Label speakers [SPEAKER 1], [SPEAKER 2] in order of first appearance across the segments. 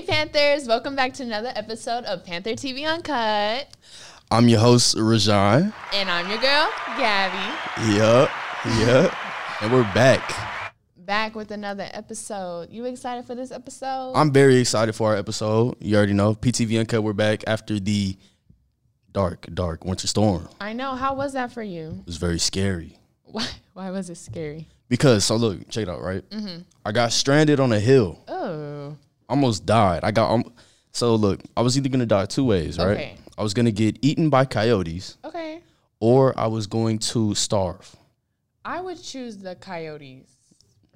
[SPEAKER 1] listeners, welcome back to another episode of Panther TV Uncut.
[SPEAKER 2] I'm your host, Rajan.
[SPEAKER 1] And I'm your girl, Gabby.
[SPEAKER 2] Yup, yup. and we're back.
[SPEAKER 1] Back with another episode. You excited for this episode?
[SPEAKER 2] I'm very excited for our episode. You already know. PTV Uncut, we're back after the dark, dark winter storm. It
[SPEAKER 1] I know. How was that for you?
[SPEAKER 2] was very scary.
[SPEAKER 1] Why, why was it scary?
[SPEAKER 2] Because, so look, check it out, right? I got stranded on a hill.
[SPEAKER 1] Oh,
[SPEAKER 2] almost died. I got um, so look, I was either gonna die two ways, right?
[SPEAKER 1] Okay.
[SPEAKER 2] I was gonna get eaten by coyotes,
[SPEAKER 1] okay.
[SPEAKER 2] or I was going to starve.
[SPEAKER 1] I would choose the coyotes.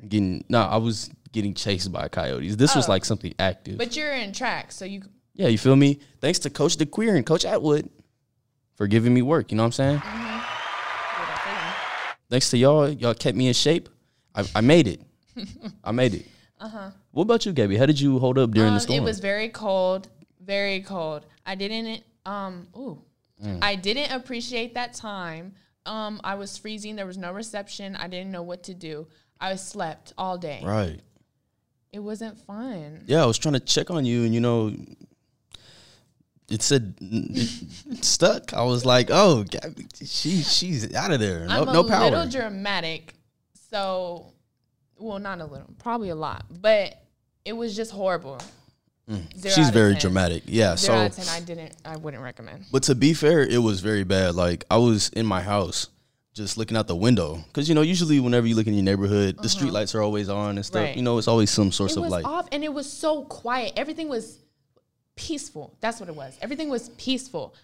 [SPEAKER 2] Getting no, I was getting chased by coyotes. This was like something active.
[SPEAKER 1] But you're in track, so you.
[SPEAKER 2] yeah, you feel me? Thanks to Coach DeQueer and Coach Atwood for giving me work. You know what I'm saying? Thanks to y'all, y'all kept me in shape. I, I made it. I made it. Uh huh. What about you, Gabby? How did you hold up during
[SPEAKER 1] Uh-huh. Um,
[SPEAKER 2] the storm?
[SPEAKER 1] it was very cold, very cold. I didn't um ooh.
[SPEAKER 2] Mm.
[SPEAKER 1] I didn't appreciate that time. Um I was freezing, there was no reception. I didn't know what to do. I slept all day.
[SPEAKER 2] right.
[SPEAKER 1] It wasn't fun.
[SPEAKER 2] Yeah, I was trying to check on you, and you know, it said it stuck. I was like, "Oh, Gabby, she she's out of there.
[SPEAKER 1] I'm
[SPEAKER 2] No,
[SPEAKER 1] a
[SPEAKER 2] no
[SPEAKER 1] little
[SPEAKER 2] power."
[SPEAKER 1] dramatic. So well, not a little, probably a lot, but it was just horrible. Zero out
[SPEAKER 2] Mm. She's
[SPEAKER 1] of
[SPEAKER 2] very
[SPEAKER 1] 10.
[SPEAKER 2] dramatic. Yeah.
[SPEAKER 1] Zero out
[SPEAKER 2] So,
[SPEAKER 1] of 10, I didn't I wouldn't recommend.
[SPEAKER 2] but to be fair, it was very bad. Like I was in my house, just looking out the window, because you know, usually whenever you look in your neighborhood, the street lights are always on and stuff.
[SPEAKER 1] Uh-huh. Right.
[SPEAKER 2] You know, it's always some source
[SPEAKER 1] it
[SPEAKER 2] of
[SPEAKER 1] was
[SPEAKER 2] light.
[SPEAKER 1] off and it was so quiet everything was peaceful that's what it was everything was peaceful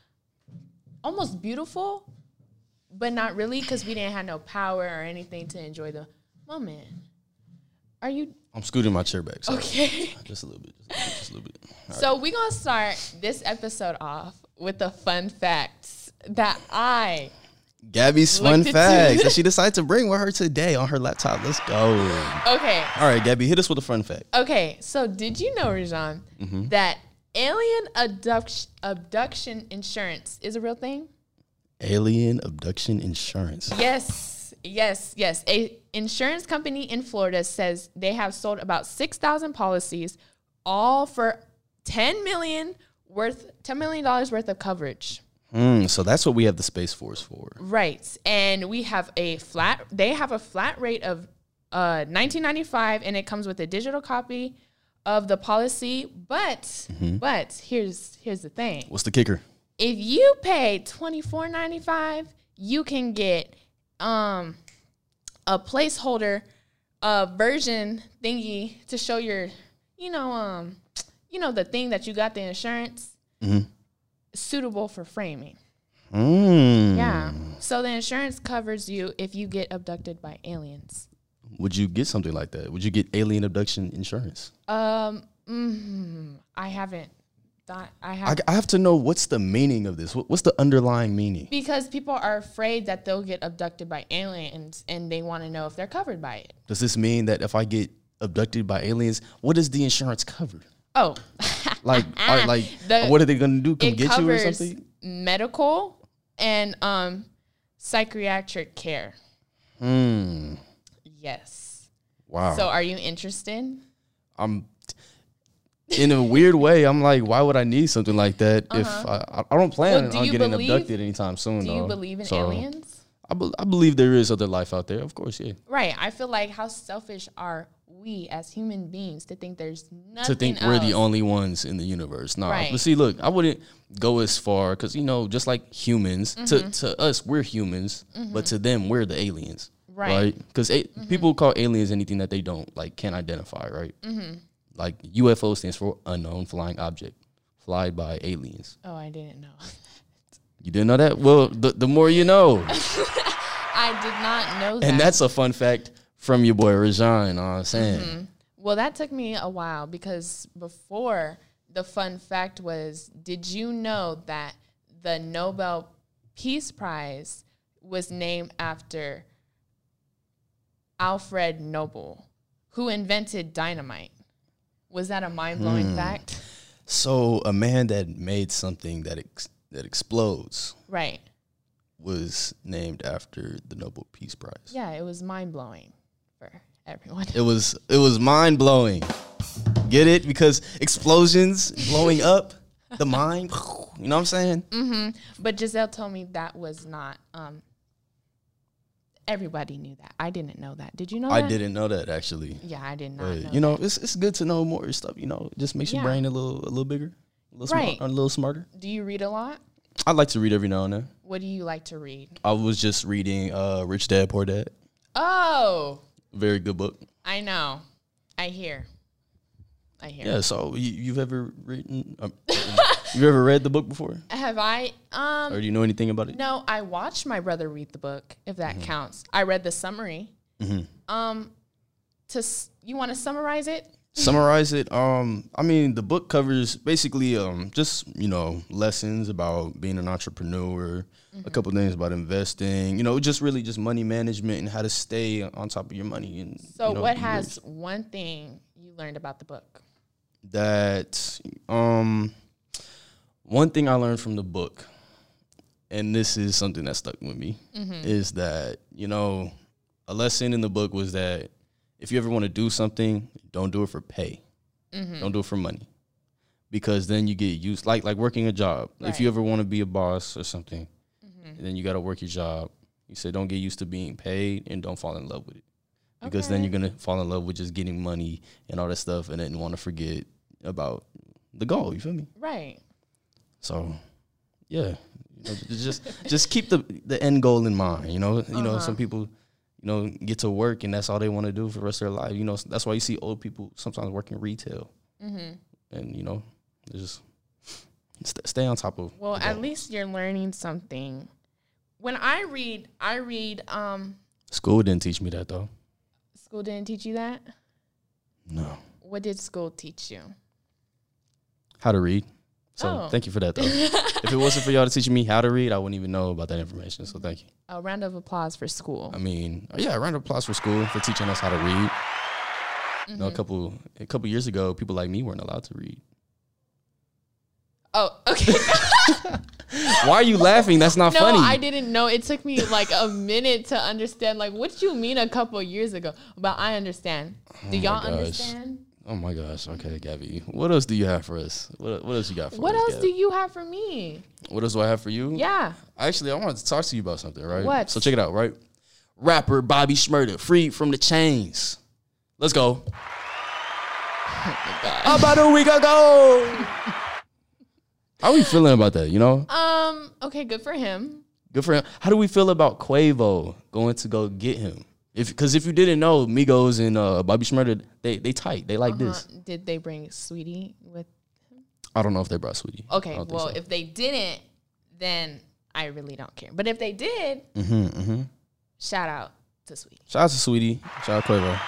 [SPEAKER 1] almost beautiful but not really because we didn't have no power or anything to enjoy the moment are you
[SPEAKER 2] I'm scooting my chair back. So
[SPEAKER 1] okay
[SPEAKER 2] just a little bit. Just a little bit. Just a little bit.
[SPEAKER 1] so we're gonna start this episode off with the fun facts that i
[SPEAKER 2] Gabby's fun
[SPEAKER 1] Looked at
[SPEAKER 2] facts
[SPEAKER 1] you.
[SPEAKER 2] that she decided to bring with her today on her laptop. Let's go.
[SPEAKER 1] okay
[SPEAKER 2] All right, Gabby, hit us with a fun fact.
[SPEAKER 1] Okay, so did you know, Rajan, that alien abduction, abduction insurance is a real thing?
[SPEAKER 2] Alien abduction insurance.
[SPEAKER 1] Yes, yes, yes. A insurance company in Florida says they have sold about 6,000 policies all for 10 million worth 10 million dollars worth of coverage.
[SPEAKER 2] Mm, so that's what we have the Space Force for.
[SPEAKER 1] Right. And we have a flat they have a flat rate of uh 1995 and it comes with a digital copy of the policy, but but here's here's the thing.
[SPEAKER 2] What's the kicker?
[SPEAKER 1] if you pay twenty four ninety five, you can get um a placeholder uh version thingy to show your you know um you know the thing that you got the insurance
[SPEAKER 2] Mm-hmm.
[SPEAKER 1] suitable for framing.
[SPEAKER 2] Mm.
[SPEAKER 1] Yeah. So the insurance covers you if you get abducted by aliens.
[SPEAKER 2] Would you get something like that? Would you get alien abduction insurance?
[SPEAKER 1] Um mhm. I haven't thought I have
[SPEAKER 2] I, I have to know what's the meaning of this. What, what's the underlying meaning?
[SPEAKER 1] because people are afraid that they'll get abducted by aliens and they want to know if they're covered by it.
[SPEAKER 2] Does this mean that if I get abducted by aliens, what does the insurance cover?
[SPEAKER 1] Oh,
[SPEAKER 2] Like, are, like,
[SPEAKER 1] The-
[SPEAKER 2] what are they gonna do? Come
[SPEAKER 1] it
[SPEAKER 2] get you or
[SPEAKER 1] covers
[SPEAKER 2] something?
[SPEAKER 1] medical and um, psychiatric care.
[SPEAKER 2] Mm.
[SPEAKER 1] Yes.
[SPEAKER 2] Wow.
[SPEAKER 1] So, are you interested?
[SPEAKER 2] I'm in a weird way. I'm like, why would I need something like that if I, I- I don't plan
[SPEAKER 1] Uh-huh. Well, do
[SPEAKER 2] on
[SPEAKER 1] you
[SPEAKER 2] getting
[SPEAKER 1] believe-
[SPEAKER 2] abducted anytime soon?
[SPEAKER 1] Do you
[SPEAKER 2] though.
[SPEAKER 1] believe in
[SPEAKER 2] So,
[SPEAKER 1] aliens?
[SPEAKER 2] I, bel I believe there is other life out there. Of course, yeah.
[SPEAKER 1] Right. I feel like how selfish are we as human beings to think there's nothing
[SPEAKER 2] To think
[SPEAKER 1] else.
[SPEAKER 2] we're the only ones in the universe. Nah,
[SPEAKER 1] Right.
[SPEAKER 2] but see, look, I wouldn't go as far because you know, just like humans,
[SPEAKER 1] Mm-hmm.
[SPEAKER 2] to to us we're humans, but to them we're the aliens,
[SPEAKER 1] Right. Mm-hmm.
[SPEAKER 2] Because people call aliens anything that they don't like can't identify, right?
[SPEAKER 1] Mm-hmm.
[SPEAKER 2] Like UFO stands for unknown flying object, fly by aliens.
[SPEAKER 1] oh, I didn't know.
[SPEAKER 2] You didn't know that? Well, the, the more you know.
[SPEAKER 1] I did not know that.
[SPEAKER 2] and that's a fun fact from your boy Rajan, you know what I'm saying?
[SPEAKER 1] Mm-hmm. Well, that took me a while because before the fun fact was did you know that the Nobel Peace Prize was named after Alfred Nobel, who invented dynamite? Was that a mind blowing
[SPEAKER 2] Hmm.
[SPEAKER 1] fact?
[SPEAKER 2] So a man that made something that ex- that explodes
[SPEAKER 1] Right.
[SPEAKER 2] was named after the Nobel Peace Prize.
[SPEAKER 1] Yeah, it was mind blowing for everyone.
[SPEAKER 2] It was it was mind blowing. Get it? Because explosions, blowing up, the mind. You know what I'm saying?
[SPEAKER 1] But Giselle told me that was not. Um, everybody knew that. I didn't know that. Did you know?
[SPEAKER 2] I
[SPEAKER 1] that?
[SPEAKER 2] didn't know that actually.
[SPEAKER 1] Yeah, I did not.
[SPEAKER 2] But,
[SPEAKER 1] know
[SPEAKER 2] you know, it's it's good to know more stuff. You know, it just makes your
[SPEAKER 1] Yeah.
[SPEAKER 2] brain a little a little bigger, a little, smart,
[SPEAKER 1] Right.
[SPEAKER 2] a little smarter.
[SPEAKER 1] that. Do you read a lot?
[SPEAKER 2] I like to read every now and then.
[SPEAKER 1] What do you like to read?
[SPEAKER 2] I was just reading uh, Rich Dad Poor Dad.
[SPEAKER 1] Oh,
[SPEAKER 2] Very good book.
[SPEAKER 1] I know. I hear. I hear.
[SPEAKER 2] Yeah. So you, you've ever written? Um, you've ever read the book before,
[SPEAKER 1] Have I? Um,
[SPEAKER 2] or do you know anything about it?
[SPEAKER 1] no, I watched my brother read the book, if that
[SPEAKER 2] Mm-hmm.
[SPEAKER 1] counts. I read the summary. Um, to s- you want to summarize it?
[SPEAKER 2] summarize it um i mean the book covers basically um just you know lessons about being an entrepreneur
[SPEAKER 1] Mm-hmm.
[SPEAKER 2] a couple things about investing you know just really just money management and how to stay on top of your money and
[SPEAKER 1] So,
[SPEAKER 2] you know,
[SPEAKER 1] what
[SPEAKER 2] be
[SPEAKER 1] has one thing you learned about the book?
[SPEAKER 2] rich. that um one thing i learned from the book and this is something that stuck with me
[SPEAKER 1] Mm-hmm.
[SPEAKER 2] is that you know a lesson in the book was that if you ever want to do something don't do it for pay
[SPEAKER 1] Mm-hmm. Mm.
[SPEAKER 2] Don't do it for money. Because then you get used like like working a job. If you
[SPEAKER 1] Right.
[SPEAKER 2] ever want to be a boss or something,
[SPEAKER 1] Mm-hmm.
[SPEAKER 2] then you got to work your job. You say don't get used to being paid and don't fall in love with it. Because then
[SPEAKER 1] Okay.
[SPEAKER 2] you're going to fall in love with just getting money and all that stuff and then want to forget about the goal, you feel me?
[SPEAKER 1] Right.
[SPEAKER 2] So, yeah, you know, just just keep the the end goal in mind. You know, you know,
[SPEAKER 1] Uh-huh.
[SPEAKER 2] some people, you know, get to work and that's all they want to do for the rest of their life. You know, that's why you see old people sometimes working retail,
[SPEAKER 1] Mm-hmm.
[SPEAKER 2] and you know, it's just st- stay on top of.
[SPEAKER 1] Well,
[SPEAKER 2] the
[SPEAKER 1] at
[SPEAKER 2] goal.
[SPEAKER 1] least you're learning something. When I read, I read. Um,
[SPEAKER 2] school didn't teach me that though.
[SPEAKER 1] school didn't teach you that.
[SPEAKER 2] No,
[SPEAKER 1] What did school teach you?
[SPEAKER 2] how to read. So
[SPEAKER 1] Oh.
[SPEAKER 2] thank you for that though. if it wasn't for y'all to teach me how to read, I wouldn't even know about that information. So thank you.
[SPEAKER 1] A round of applause for school.
[SPEAKER 2] I mean, oh, yeah, a round of applause for school for teaching us how to read. You
[SPEAKER 1] Mm-hmm.
[SPEAKER 2] know, a couple a couple years ago, people like me weren't allowed to read.
[SPEAKER 1] Oh, okay.
[SPEAKER 2] Why are you laughing? That's not
[SPEAKER 1] no,
[SPEAKER 2] funny.
[SPEAKER 1] I didn't know. It took me like a minute to understand. Like, what you mean a couple years ago? But I understand. Do y'all
[SPEAKER 2] Oh gosh.
[SPEAKER 1] understand?
[SPEAKER 2] oh my gosh. Okay, Gabby. What else do you have for us? What, what else you got for
[SPEAKER 1] What
[SPEAKER 2] us?
[SPEAKER 1] else do
[SPEAKER 2] Gabby?
[SPEAKER 1] you have for me?
[SPEAKER 2] What else do I have for you?
[SPEAKER 1] Yeah.
[SPEAKER 2] Actually, I wanted to talk to you about something, right?
[SPEAKER 1] What?
[SPEAKER 2] So check it out, right? Rapper Bobby Schmurda freed from the chains. Let's go. About a week ago. How we feeling about that? You know,
[SPEAKER 1] Um. Okay. Good for him.
[SPEAKER 2] good for him. How do we feel about Quavo going to go get him? If because if you didn't know, Migos and uh, Bobby Schmurda, they they tight. They like
[SPEAKER 1] Uh,
[SPEAKER 2] this.
[SPEAKER 1] did they bring Sweetie with?
[SPEAKER 2] I don't know if they brought Sweetie.
[SPEAKER 1] Uh-huh.
[SPEAKER 2] I
[SPEAKER 1] Okay.
[SPEAKER 2] don't think
[SPEAKER 1] Well,
[SPEAKER 2] so.
[SPEAKER 1] if they didn't, then I really don't care. But if they did,
[SPEAKER 2] Mm-hmm,
[SPEAKER 1] shout out to Sweetie.
[SPEAKER 2] shout out to Sweetie, shout out Quavo,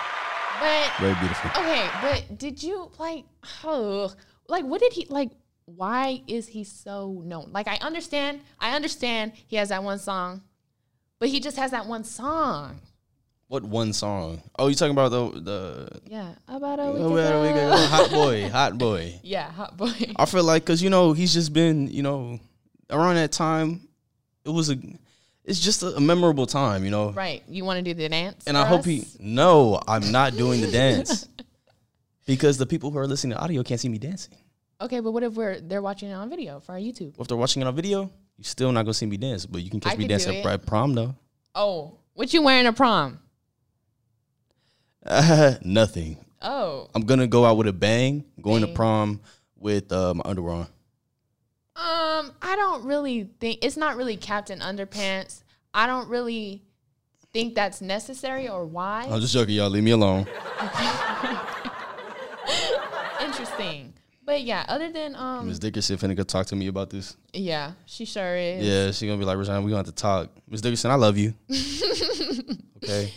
[SPEAKER 1] But
[SPEAKER 2] very beautiful.
[SPEAKER 1] Okay, but did you like, oh, like what did he like? Why is he so known? Like I understand, I understand he has that one song, but he just has that one song.
[SPEAKER 2] What one song? Oh, you talking about the the
[SPEAKER 1] Yeah, about a week
[SPEAKER 2] Oh, where
[SPEAKER 1] ago.
[SPEAKER 2] are we gonna go? hot boy, hot boy.
[SPEAKER 1] Yeah, hot boy.
[SPEAKER 2] I feel like because you know he's just been you know around that time, it was a, it's just a, a memorable time, you know.
[SPEAKER 1] Right, you want to do the dance?
[SPEAKER 2] and
[SPEAKER 1] for
[SPEAKER 2] I hope
[SPEAKER 1] us?
[SPEAKER 2] he. No, I'm not doing the dance because the people who are listening to audio can't see me dancing.
[SPEAKER 1] Okay, but what if we're they're watching it on video for our YouTube?
[SPEAKER 2] If they're watching it on video, you're still not gonna see me dance, but you can catch
[SPEAKER 1] I
[SPEAKER 2] me
[SPEAKER 1] could
[SPEAKER 2] dance
[SPEAKER 1] do
[SPEAKER 2] at
[SPEAKER 1] it.
[SPEAKER 2] pri- prom though.
[SPEAKER 1] Oh, what you wearing to prom?
[SPEAKER 2] nothing.
[SPEAKER 1] Oh,
[SPEAKER 2] I'm gonna go out with a bang, going to
[SPEAKER 1] Bang.
[SPEAKER 2] prom with uh, my underwear on.
[SPEAKER 1] Um, I don't really think it's not really Captain Underpants. I don't really think that's necessary or why.
[SPEAKER 2] I'm just joking, y'all. Leave me alone.
[SPEAKER 1] Interesting. But yeah, other than um
[SPEAKER 2] Miss Dickerson finna go talk to me about this.
[SPEAKER 1] yeah, she sure is.
[SPEAKER 2] Yeah, she gonna be like, Regina, we gonna have to talk. Miss Dickerson, I love you. okay,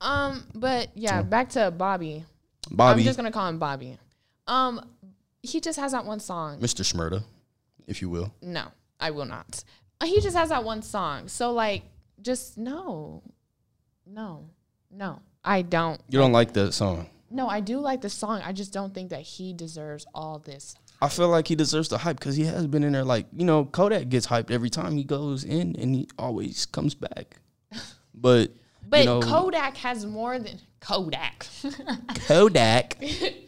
[SPEAKER 1] Um, but yeah, back to Bobby.
[SPEAKER 2] Bobby,
[SPEAKER 1] I'm just gonna call him Bobby. Um he just has that one song.
[SPEAKER 2] Mr. Schmurda, if you will.
[SPEAKER 1] No, I will not. Uh, He just has that one song. So like just no. No. No. I don't
[SPEAKER 2] You don't like that song.
[SPEAKER 1] No, I do like the song. I just don't think that he deserves all this.
[SPEAKER 2] I feel like he deserves the hype because he has been in there. Like you know, Kodak gets hyped every time he goes in, and he always comes back. But
[SPEAKER 1] But
[SPEAKER 2] know-
[SPEAKER 1] Kodak has more than Kodak.
[SPEAKER 2] Kodak.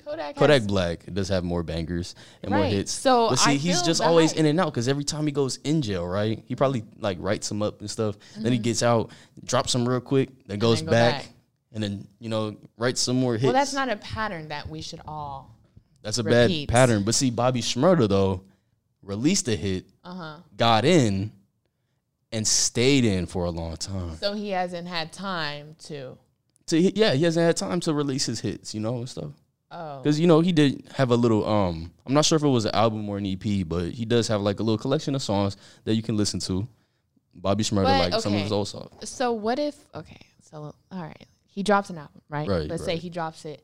[SPEAKER 1] Kodak,
[SPEAKER 2] Kodak
[SPEAKER 1] has
[SPEAKER 2] Black does have more bangers and more
[SPEAKER 1] Right.
[SPEAKER 2] hits.
[SPEAKER 1] So
[SPEAKER 2] but see,
[SPEAKER 1] I
[SPEAKER 2] he's
[SPEAKER 1] feel
[SPEAKER 2] just
[SPEAKER 1] the
[SPEAKER 2] always
[SPEAKER 1] hype.
[SPEAKER 2] in and out because every time he goes in jail, right? He probably like writes them up and stuff. Then he gets out, drops them real quick, then goes
[SPEAKER 1] Mm-hmm. then go
[SPEAKER 2] back,
[SPEAKER 1] back.
[SPEAKER 2] and then you know writes some more hits.
[SPEAKER 1] Well, that's not a pattern that we should all.
[SPEAKER 2] That's a
[SPEAKER 1] repeats.
[SPEAKER 2] bad pattern. But see, Bobby Shmurda though released a hit,
[SPEAKER 1] Uh-huh.
[SPEAKER 2] got in, and stayed in for a long time.
[SPEAKER 1] So he hasn't had time to.
[SPEAKER 2] So he, yeah, he hasn't had time to release his hits, you know, and stuff.
[SPEAKER 1] Oh.
[SPEAKER 2] Because you know he did have a little. Um, I'm not sure if it was an album or an EP, but he does have like a little collection of songs that you can listen to. Bobby Shmurda,
[SPEAKER 1] But,
[SPEAKER 2] like some of his
[SPEAKER 1] okay.
[SPEAKER 2] old songs.
[SPEAKER 1] So what if? Okay. So all right, he drops an album, right?
[SPEAKER 2] Right,
[SPEAKER 1] Let's say
[SPEAKER 2] right.
[SPEAKER 1] he drops it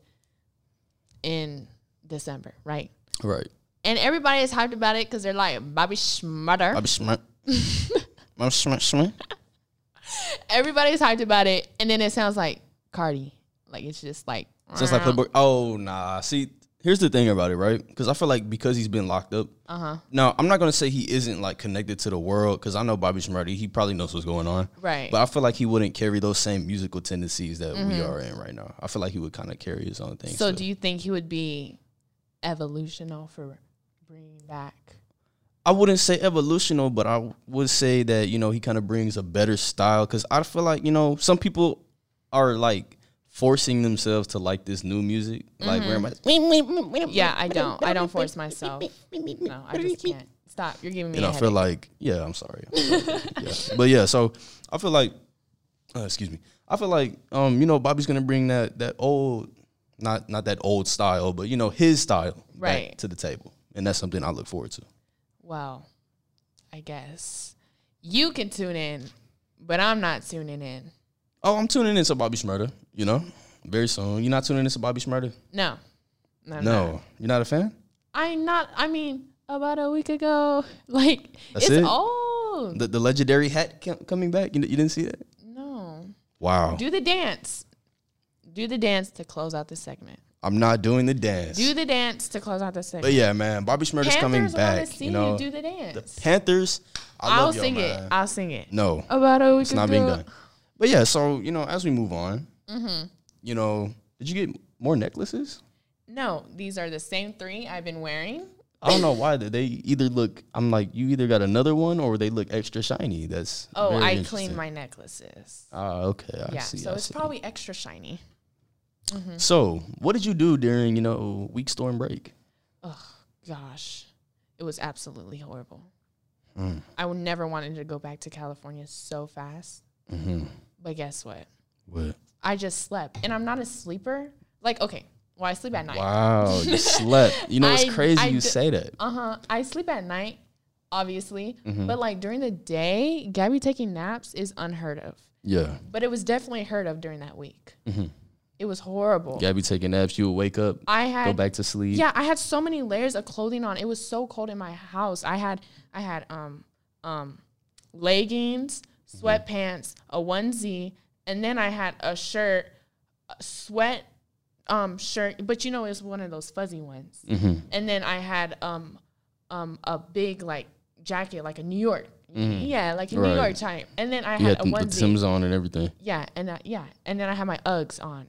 [SPEAKER 1] in December, right?
[SPEAKER 2] Right,
[SPEAKER 1] And everybody is hyped about it because they're like Bobby Schmutter.
[SPEAKER 2] Bobby Shmurda. Bobby Shmurda, Shmurda.
[SPEAKER 1] Everybody's hyped about it, and then it sounds like Cardi. Like it's just like.
[SPEAKER 2] So it's like Playboy. Oh nah. See, here's the thing about it, right? Because I feel like because he's been locked up.
[SPEAKER 1] Uh huh.
[SPEAKER 2] Now I'm not gonna say he isn't like connected to the world because I know Bobby Shmurda. He probably knows what's going on.
[SPEAKER 1] Right.
[SPEAKER 2] But I feel like he wouldn't carry those same musical tendencies that we are in right now. I feel like he would kind of carry his own thing.
[SPEAKER 1] Mm-hmm. so do you think he would be evolutional for bringing back?
[SPEAKER 2] I wouldn't say evolutional, but I would say that you know he kind of brings a better style because I feel like you know some people are like forcing themselves to like this new music. Like where am I?
[SPEAKER 1] Yeah, I don't. I don't force myself. No, I just can't. Stop. You're giving me
[SPEAKER 2] And
[SPEAKER 1] a
[SPEAKER 2] I
[SPEAKER 1] headache.
[SPEAKER 2] feel like yeah, I'm sorry. Yeah. But yeah, so I feel like uh, excuse me. I feel like um you know Bobby's gonna bring that that old not not that old style, but you know his style back
[SPEAKER 1] Right.
[SPEAKER 2] to the table, and that's something I look forward to.
[SPEAKER 1] Well, I guess you can tune in, but I'm not tuning in.
[SPEAKER 2] Oh, I'm tuning into Bobby Shmurda, you know, very soon. You're not tuning into Bobby Shmurda?
[SPEAKER 1] No, no,
[SPEAKER 2] no. You're not a fan?
[SPEAKER 1] I'm not. I mean, about a week ago, like
[SPEAKER 2] That's
[SPEAKER 1] it's
[SPEAKER 2] it?
[SPEAKER 1] old.
[SPEAKER 2] The, the legendary hat ca- coming back? You, you didn't see that?
[SPEAKER 1] No,
[SPEAKER 2] Wow.
[SPEAKER 1] do the dance. Do the dance to close out the segment.
[SPEAKER 2] I'm not doing the dance.
[SPEAKER 1] Do the dance to close out the
[SPEAKER 2] but
[SPEAKER 1] segment.
[SPEAKER 2] yeah, man, Bobby Shmurda's coming
[SPEAKER 1] Panthers want
[SPEAKER 2] back.
[SPEAKER 1] to see
[SPEAKER 2] You
[SPEAKER 1] you,
[SPEAKER 2] know,
[SPEAKER 1] do the dance.
[SPEAKER 2] Panthers, I
[SPEAKER 1] I'll
[SPEAKER 2] love y'all,
[SPEAKER 1] sing it. Oh,
[SPEAKER 2] man.
[SPEAKER 1] I'll sing it.
[SPEAKER 2] no,
[SPEAKER 1] About a week
[SPEAKER 2] it's
[SPEAKER 1] ago,
[SPEAKER 2] not being done. But yeah, so, you know, as we move on,
[SPEAKER 1] Mm-hmm.
[SPEAKER 2] you know, did you get more necklaces?
[SPEAKER 1] No, these are the same three I've been wearing.
[SPEAKER 2] I don't know why. They either look, I'm like, you either got another one or they look extra shiny. That's
[SPEAKER 1] Oh,
[SPEAKER 2] very
[SPEAKER 1] I
[SPEAKER 2] interesting.
[SPEAKER 1] cleaned my necklaces.
[SPEAKER 2] Ah, okay. I
[SPEAKER 1] yeah,
[SPEAKER 2] see.
[SPEAKER 1] so
[SPEAKER 2] I
[SPEAKER 1] it's
[SPEAKER 2] see.
[SPEAKER 1] probably extra shiny.
[SPEAKER 2] So, what did you do during, you know, week storm break?
[SPEAKER 1] Oh gosh, it was absolutely horrible.
[SPEAKER 2] Mm,
[SPEAKER 1] I would never wanted to go back to California so fast.
[SPEAKER 2] mm-hmm.
[SPEAKER 1] But guess what?
[SPEAKER 2] What?
[SPEAKER 1] I just slept, and I'm not a sleeper. Like, okay, well, I sleep at night.
[SPEAKER 2] Wow, you slept. You know, it's
[SPEAKER 1] I-
[SPEAKER 2] crazy
[SPEAKER 1] I d-
[SPEAKER 2] you say that.
[SPEAKER 1] Uh huh. I sleep at night, obviously,
[SPEAKER 2] Mm-hmm.
[SPEAKER 1] but like during the day, Gabby taking naps is unheard of.
[SPEAKER 2] Yeah.
[SPEAKER 1] But it was definitely heard of during that week.
[SPEAKER 2] Mm-hmm.
[SPEAKER 1] It was horrible.
[SPEAKER 2] Gabby taking naps, you would wake up,
[SPEAKER 1] I
[SPEAKER 2] go
[SPEAKER 1] had
[SPEAKER 2] back to sleep.
[SPEAKER 1] Yeah, I had so many layers of clothing on. It was so cold in my house. I had I had um um leggings,
[SPEAKER 2] Mm-hmm.
[SPEAKER 1] sweatpants, a onesie, and then I had a shirt, a sweat um shirt, but you know it was one of those fuzzy ones.
[SPEAKER 2] Mm-hmm.
[SPEAKER 1] And then I had um um a big like jacket, like a New York. Yeah, like a New
[SPEAKER 2] Mm-hmm. Right.
[SPEAKER 1] York type. And then I
[SPEAKER 2] You
[SPEAKER 1] had,
[SPEAKER 2] had
[SPEAKER 1] a
[SPEAKER 2] them, the
[SPEAKER 1] onesie.
[SPEAKER 2] Tim's on and everything.
[SPEAKER 1] Yeah, and I, yeah, and then I had my Uggs on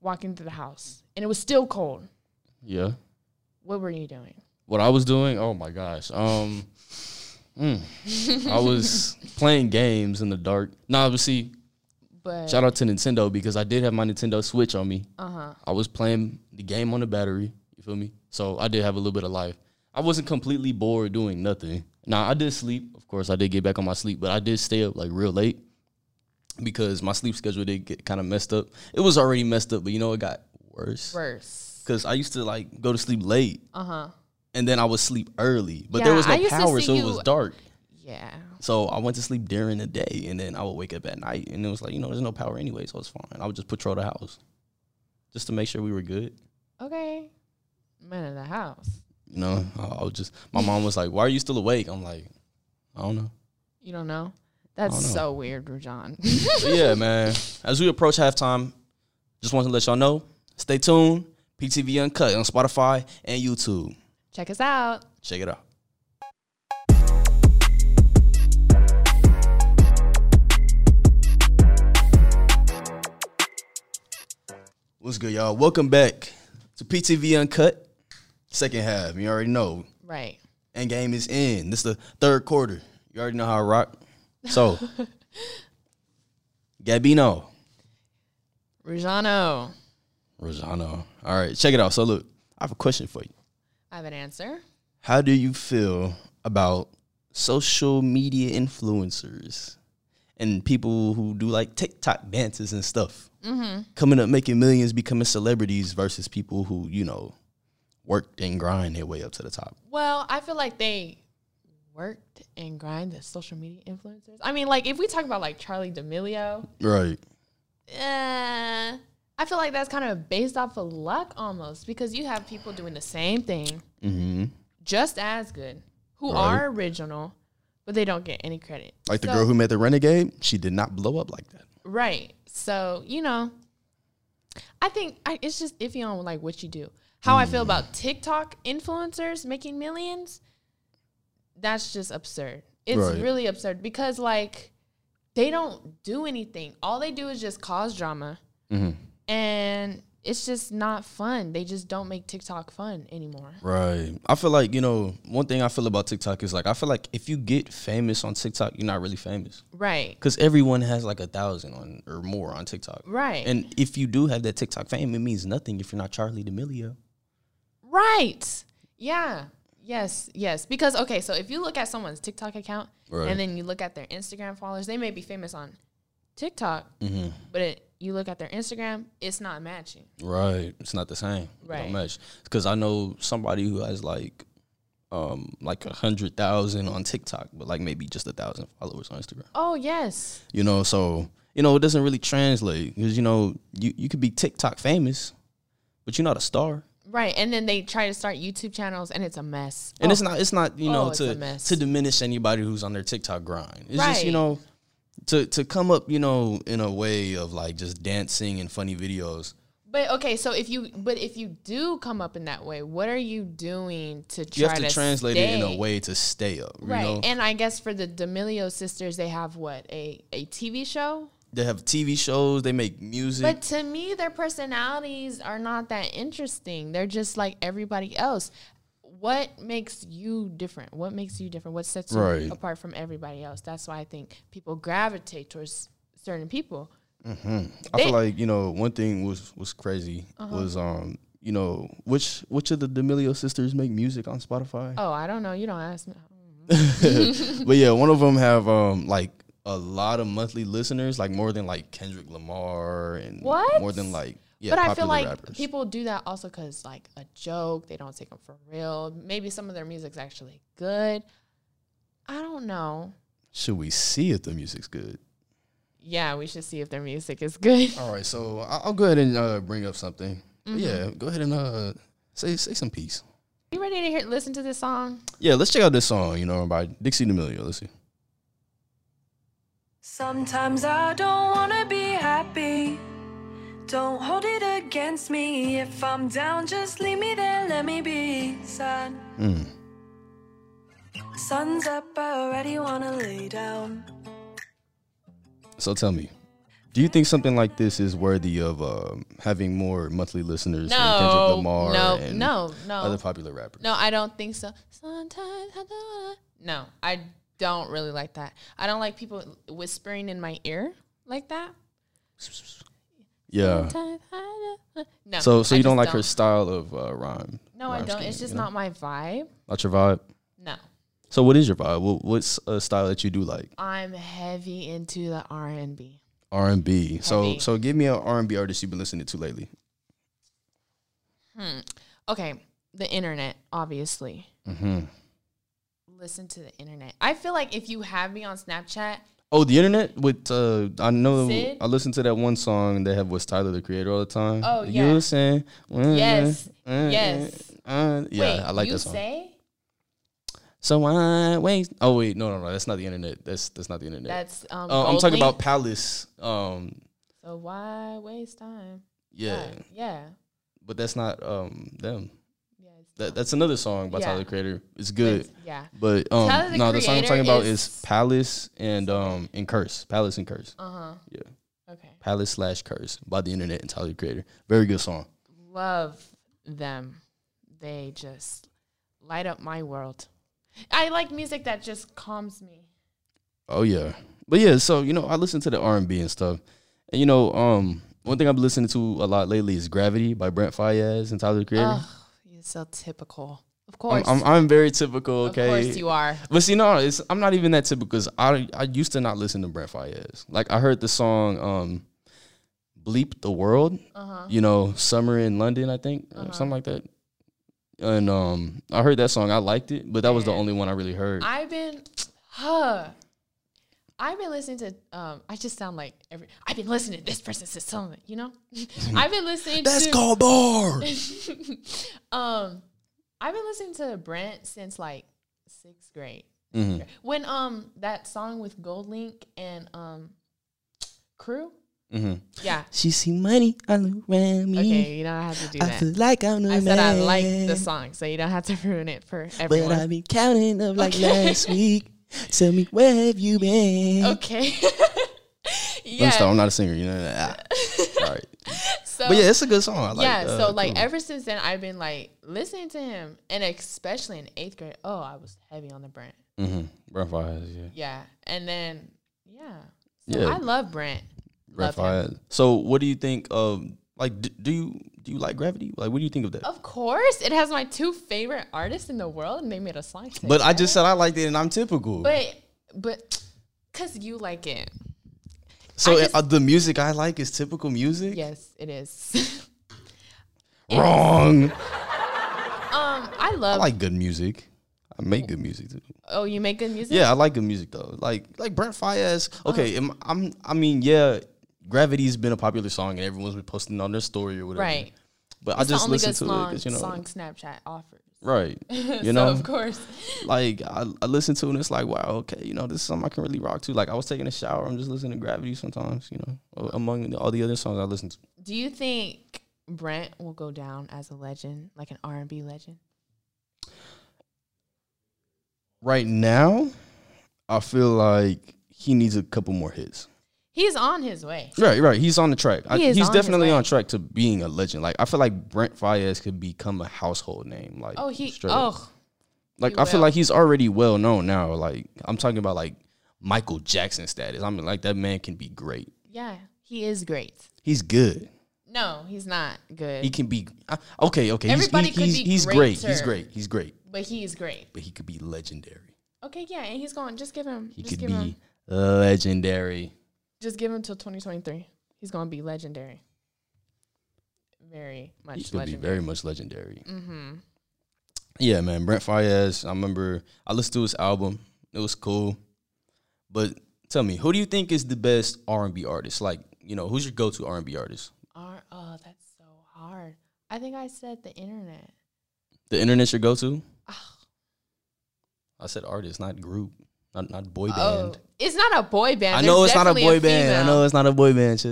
[SPEAKER 1] walking through the house. And it was still cold.
[SPEAKER 2] Yeah.
[SPEAKER 1] What were you doing?
[SPEAKER 2] What I was doing, oh my gosh. Um mm, I was playing games in the dark. Nah, but see,
[SPEAKER 1] But
[SPEAKER 2] shout out to Nintendo because I did have my Nintendo Switch on me.
[SPEAKER 1] Uh huh.
[SPEAKER 2] I was playing the game on the battery. You feel me? So I did have a little bit of life. I wasn't completely bored doing nothing. Now I did sleep. Of course, I did get back on my sleep, but I did stay up like real late because my sleep schedule did get kind of messed up. It was already messed up, but you know it got worse
[SPEAKER 1] Worse.
[SPEAKER 2] because I used to like go to sleep late
[SPEAKER 1] Uh huh.
[SPEAKER 2] and then I would sleep early, but
[SPEAKER 1] Yeah,
[SPEAKER 2] there was
[SPEAKER 1] I
[SPEAKER 2] no
[SPEAKER 1] used to
[SPEAKER 2] power,
[SPEAKER 1] see
[SPEAKER 2] so it was
[SPEAKER 1] you-
[SPEAKER 2] dark.
[SPEAKER 1] Yeah.
[SPEAKER 2] So I went to sleep during the day, and then I would wake up at night, and it was like you know there's no power anyway, so it's fine. I would just patrol the house just to make sure we were good.
[SPEAKER 1] Okay. Man of the house.
[SPEAKER 2] You know, I, I was just my mom was like, "Why are you still awake?" I'm like, "I don't know."
[SPEAKER 1] You don't know. That's
[SPEAKER 2] I don't know.
[SPEAKER 1] so weird, Rajon.
[SPEAKER 2] But yeah, man. As we approach halftime, just want to let y'all know. Stay tuned. PTV Uncut on Spotify and YouTube.
[SPEAKER 1] Check us out.
[SPEAKER 2] Check it out. What's good, y'all? Welcome back to PTV Uncut, second half. You already know.
[SPEAKER 1] Right.
[SPEAKER 2] End game is in. This the third quarter. You already know how I rock. So, Gabino,
[SPEAKER 1] Rujano.
[SPEAKER 2] Rosano. All right, check it out. So, look, I have a question for you.
[SPEAKER 1] I have an answer.
[SPEAKER 2] How do you feel about social media influencers and people who do like TikTok dances and stuff coming up, making millions, becoming celebrities versus people who, you know, worked and grind their way up to the top?
[SPEAKER 1] Well, I feel like they worked and grind as social media influencers. I mean, like if we talk about like Charlie D'Amelio,
[SPEAKER 2] Right.
[SPEAKER 1] eh, I feel like that's kind of based off of luck almost because you have people doing the same thing,
[SPEAKER 2] Mm-hmm.
[SPEAKER 1] just as good, who
[SPEAKER 2] Right.
[SPEAKER 1] are original, but they don't get any credit.
[SPEAKER 2] Like the
[SPEAKER 1] So-
[SPEAKER 2] girl who met the renegade, she did not blow up like that.
[SPEAKER 1] Right. So, you know, I think I, it's just iffy on like what you do. How I feel about TikTok influencers making millions, that's just absurd. It's
[SPEAKER 2] Right.
[SPEAKER 1] really absurd because like they don't do anything. All they do is just cause drama. And it's just not fun. They just don't make TikTok fun anymore.
[SPEAKER 2] Right. I feel like, you know, one thing I feel about TikTok is like, I feel like if you get famous on TikTok, you're not really famous.
[SPEAKER 1] Right.
[SPEAKER 2] Because everyone has like a thousand on or more on TikTok.
[SPEAKER 1] Right.
[SPEAKER 2] And if you do have that TikTok fame, it means nothing if you're not Charlie D'Amelio.
[SPEAKER 1] Right. Yeah. Yes. Yes. Because okay, so if you look at someone's TikTok account
[SPEAKER 2] Right.
[SPEAKER 1] and then you look at their Instagram followers, they may be famous on TikTok,
[SPEAKER 2] Mm-hmm.
[SPEAKER 1] but it, you look at their Instagram, it's not matching.
[SPEAKER 2] Right. It's not the same. Right.
[SPEAKER 1] Right.
[SPEAKER 2] much. Because I know somebody who has like, um, like a hundred thousand on TikTok, but like maybe just a thousand followers on Instagram.
[SPEAKER 1] Oh yes.
[SPEAKER 2] You know, so you know it doesn't really translate because you know you you could be TikTok famous, but you're not a star.
[SPEAKER 1] Right. And then they try to start YouTube channels, and it's a mess.
[SPEAKER 2] And
[SPEAKER 1] Oh,
[SPEAKER 2] it's not it's not you know
[SPEAKER 1] Oh, it's a
[SPEAKER 2] to
[SPEAKER 1] mess.
[SPEAKER 2] to diminish anybody who's on their TikTok grind. It's just you
[SPEAKER 1] Right.
[SPEAKER 2] know to to come up you know in a way of like just dancing and funny videos.
[SPEAKER 1] but okay, so if you but if you do come up in that way, what are you doing to try
[SPEAKER 2] You have to, translate it in a
[SPEAKER 1] stay?
[SPEAKER 2] way to stay up. You
[SPEAKER 1] Right.
[SPEAKER 2] know?
[SPEAKER 1] And I guess for the D'Amelio sisters, they have what a a TV show.
[SPEAKER 2] they have TV shows. They make music.
[SPEAKER 1] But to me, their personalities are not that interesting. They're just like everybody else. What makes you different? What makes you different? What sets you
[SPEAKER 2] Right.
[SPEAKER 1] apart from everybody else? That's why I think people gravitate towards certain people.
[SPEAKER 2] I feel
[SPEAKER 1] They- Uh-huh.
[SPEAKER 2] like you know one thing was was crazy was um you know which which of the D'Amelio sisters make music on Spotify.
[SPEAKER 1] Oh, I don't know. You don't ask me.
[SPEAKER 2] but yeah, one of them have um like a lot of monthly listeners, like more than like Kendrick Lamar and
[SPEAKER 1] What?
[SPEAKER 2] more than like yeah,
[SPEAKER 1] but
[SPEAKER 2] popular
[SPEAKER 1] I feel like
[SPEAKER 2] rappers.
[SPEAKER 1] people do that also because like a joke. They don't take them for real. Maybe some of their music's actually good. I don't know.
[SPEAKER 2] Should we see if the music's good?
[SPEAKER 1] Yeah, we should see if their music is good.
[SPEAKER 2] All right, so I- I'll go ahead and uh, bring up something.
[SPEAKER 1] Mm-hmm.
[SPEAKER 2] But Yeah, go ahead and uh say say some peace.
[SPEAKER 1] You ready to hear listen to this song?
[SPEAKER 2] Yeah, let's check out this song, you know, by Dixie D'Amelio. Let's see.
[SPEAKER 3] Sometimes I don't wanna be happy. Don't hold it against me. If I'm down, just leave me there, let me be sad.
[SPEAKER 2] Mm.
[SPEAKER 3] Sun's up, I already wanna lay down.
[SPEAKER 2] So tell me, do you think something like this is worthy of um, having more monthly listeners than Kendrick
[SPEAKER 1] No,
[SPEAKER 2] Lamar
[SPEAKER 1] no,
[SPEAKER 2] and
[SPEAKER 1] no, no,
[SPEAKER 2] other popular rappers?
[SPEAKER 1] no. I don't think so. Sometimes I don't. wanna- No, I don't really like that. I don't like people whispering in my ear like that.
[SPEAKER 2] Yeah.
[SPEAKER 1] Sometimes I don't- No.
[SPEAKER 2] Uh. So so
[SPEAKER 1] I
[SPEAKER 2] you don't
[SPEAKER 1] just
[SPEAKER 2] like her style of uh, rhyme?
[SPEAKER 1] No, I
[SPEAKER 2] rhyme
[SPEAKER 1] don't.
[SPEAKER 2] scheme,
[SPEAKER 1] It's just
[SPEAKER 2] you know?
[SPEAKER 1] not my vibe.
[SPEAKER 2] not your vibe.
[SPEAKER 1] No,
[SPEAKER 2] So what is your vibe? What, what's a style that you do like?
[SPEAKER 1] I'm heavy into the R and B.
[SPEAKER 2] R and B. So
[SPEAKER 1] Heavy.
[SPEAKER 2] so give me an R and B artist you've been listening to lately.
[SPEAKER 1] Okay, the internet, obviously. Listen to the internet. I feel like if you have me on Snapchat,
[SPEAKER 2] Oh, the internet with uh, I know
[SPEAKER 1] Sid?
[SPEAKER 2] I listened to that one song they have with Tyler the Creator all the time.
[SPEAKER 1] Oh,
[SPEAKER 2] you
[SPEAKER 1] yeah.
[SPEAKER 2] were saying mm,
[SPEAKER 1] Yes,
[SPEAKER 2] mm,
[SPEAKER 1] yes.
[SPEAKER 2] mm, yeah,
[SPEAKER 1] wait,
[SPEAKER 2] I like
[SPEAKER 1] you
[SPEAKER 2] that song.
[SPEAKER 1] say
[SPEAKER 2] so I wait. Oh wait, no, no, no, that's not the internet. That's that's not the internet.
[SPEAKER 1] that's um.
[SPEAKER 2] Uh, I'm
[SPEAKER 1] Goldlink.
[SPEAKER 2] talking about Palace. Um,
[SPEAKER 1] So why waste time?
[SPEAKER 2] yeah,
[SPEAKER 1] Yeah.
[SPEAKER 2] but that's not um them.
[SPEAKER 1] Yeah. It's
[SPEAKER 2] That, that's another song by
[SPEAKER 1] Yeah.
[SPEAKER 2] Tyler the Creator. It's good.
[SPEAKER 1] Yeah.
[SPEAKER 2] But um,
[SPEAKER 1] Tyler, the
[SPEAKER 2] no, the song I'm talking about
[SPEAKER 1] Creator
[SPEAKER 2] is
[SPEAKER 1] is-
[SPEAKER 2] Palace and um and Curse. Palace and Curse.
[SPEAKER 1] Uh huh.
[SPEAKER 2] Yeah.
[SPEAKER 1] Okay.
[SPEAKER 2] Palace slash Curse by the Internet and Tyler the Creator. Very good song.
[SPEAKER 1] Love them. They just light up my world. I like music that just calms me.
[SPEAKER 2] Oh yeah, but yeah. So you know, I listen to the R and B and stuff, and you know, um, one thing I've been listening to a lot lately is Gravity by Brent Fayez and Tyler the Creator.
[SPEAKER 1] Ugh, you're so typical. Of
[SPEAKER 2] I'm,
[SPEAKER 1] course.
[SPEAKER 2] I'm I'm very typical. Okay.
[SPEAKER 1] Of course you are.
[SPEAKER 2] But see, no, it's, I'm not even that typical because I I used to not listen to Brent Fayez. Like I heard the song um, "Bleep the World,"
[SPEAKER 1] Uh-huh.
[SPEAKER 2] you know, "Summer in London," I think, or something like that. And um, I heard that song. I liked it, but that was the only one I really heard.
[SPEAKER 1] I've been, huh. I've been listening to. Um, I just sound like every. I've been listening to this person says something. You know, I've been listening to.
[SPEAKER 2] called bars.
[SPEAKER 1] Um, I've been listening to Brent since like sixth grade.
[SPEAKER 2] Mm-hmm,
[SPEAKER 1] When um that song with Gold Link and um, Crew.
[SPEAKER 2] mm-hmm.
[SPEAKER 1] Yeah.
[SPEAKER 2] She see money all around me.
[SPEAKER 1] Okay, you don't have to do
[SPEAKER 2] I
[SPEAKER 1] that.
[SPEAKER 2] feel like I'm the
[SPEAKER 1] I said I
[SPEAKER 2] man,
[SPEAKER 1] like the song, so you don't have to ruin it for
[SPEAKER 2] but
[SPEAKER 1] everyone.
[SPEAKER 2] I've been counting up like
[SPEAKER 1] Okay.
[SPEAKER 2] last week. Tell me where have you been?
[SPEAKER 1] okay.
[SPEAKER 2] Let me stop.
[SPEAKER 1] yeah.
[SPEAKER 2] I'm not a singer. You know that. Ah. All right.
[SPEAKER 1] So
[SPEAKER 2] But yeah, it's a good song. I like,
[SPEAKER 1] yeah,
[SPEAKER 2] uh,
[SPEAKER 1] so like
[SPEAKER 2] cool.
[SPEAKER 1] ever since then, I've been like listening to him, and especially in eighth grade. Oh, I was heavy on the Brent.
[SPEAKER 2] Mhm. Brent Fires, yeah.
[SPEAKER 1] Yeah, and then yeah, so
[SPEAKER 2] Yeah.
[SPEAKER 1] I love Brent. Love
[SPEAKER 2] Brent Fires. So what do you think of like do, do you do you like Gravity? Like what do you think of that?
[SPEAKER 1] Of course, it has my two favorite artists in the world, and they made a song. together.
[SPEAKER 2] but I just said I liked it, and I'm typical.
[SPEAKER 1] but but cause you like it.
[SPEAKER 2] so
[SPEAKER 1] I just-
[SPEAKER 2] uh, the music I like is typical music.
[SPEAKER 1] Yes, it is.
[SPEAKER 2] Wrong.
[SPEAKER 1] um, I
[SPEAKER 2] I
[SPEAKER 1] love.
[SPEAKER 2] like good music. I make good music too.
[SPEAKER 1] oh, you make good music.
[SPEAKER 2] Yeah, I like good music though. Like like Brent Fayez. Okay,
[SPEAKER 1] Uh-huh.
[SPEAKER 2] am- I'm I mean yeah, Gravity's been a popular song and everyone's been posting it on their story or whatever.
[SPEAKER 1] Right.
[SPEAKER 2] But I
[SPEAKER 1] It's
[SPEAKER 2] just
[SPEAKER 1] the only
[SPEAKER 2] listen
[SPEAKER 1] good
[SPEAKER 2] to
[SPEAKER 1] song,
[SPEAKER 2] it 'cause, you know Um,
[SPEAKER 1] song Snapchat offers.
[SPEAKER 2] right. You know
[SPEAKER 1] so of course.
[SPEAKER 2] like I, I listen to it and it's like wow okay you know this is something I can really rock to. Like I was taking a shower, I'm just listening to Gravity sometimes. You know a- among the- all the other songs I listen to.
[SPEAKER 1] Do you think Brent will go down as a legend, like an R and B legend?
[SPEAKER 2] Right now, I feel like he needs a couple more hits.
[SPEAKER 1] He's on his way.
[SPEAKER 2] Right, right. He's on the track. I,
[SPEAKER 1] He is
[SPEAKER 2] he's
[SPEAKER 1] on his
[SPEAKER 2] definitely
[SPEAKER 1] way.
[SPEAKER 2] on track to being a legend. Like I feel like Brent Fayez could become a household name. Like
[SPEAKER 1] Oh, he.
[SPEAKER 2] straight up.
[SPEAKER 1] oh,
[SPEAKER 2] like
[SPEAKER 1] he
[SPEAKER 2] I feel
[SPEAKER 1] will.
[SPEAKER 2] like he's already well known now. Like I'm talking about like Michael Jackson status. I mean, like that man can be great.
[SPEAKER 1] yeah, he is great.
[SPEAKER 2] He's good.
[SPEAKER 1] No, he's not good,
[SPEAKER 2] He can be I- okay. Okay, he's-
[SPEAKER 1] Everybody
[SPEAKER 2] he's,
[SPEAKER 1] could
[SPEAKER 2] he's,
[SPEAKER 1] be
[SPEAKER 2] he's great. He's
[SPEAKER 1] greater.
[SPEAKER 2] great. He's great.
[SPEAKER 1] but he is great.
[SPEAKER 2] But he could be legendary.
[SPEAKER 1] Okay, yeah, and he's going. Just give him.
[SPEAKER 2] He
[SPEAKER 1] just
[SPEAKER 2] could
[SPEAKER 1] give
[SPEAKER 2] be
[SPEAKER 1] him.
[SPEAKER 2] legendary.
[SPEAKER 1] Just give him till 2023. He's going to be legendary. Very much
[SPEAKER 2] He could
[SPEAKER 1] legendary.
[SPEAKER 2] be very much legendary. Mm-hmm. Yeah, man. Brent Fayez. I remember I listened to his album. It was cool. But tell me, who do you think is the best R and B artist? Like, you know, who's your go to R and B artist?
[SPEAKER 1] R- oh, that's so hard. I think I said the internet.
[SPEAKER 2] The internet's your go to?
[SPEAKER 1] Ah.
[SPEAKER 2] I said artist, not group, not not boy
[SPEAKER 1] Oh,
[SPEAKER 2] band.
[SPEAKER 1] it's not a boy band.
[SPEAKER 2] I know
[SPEAKER 1] There's
[SPEAKER 2] it's not a
[SPEAKER 1] definitely
[SPEAKER 2] boy band. I
[SPEAKER 1] female.
[SPEAKER 2] know it's not a boy band.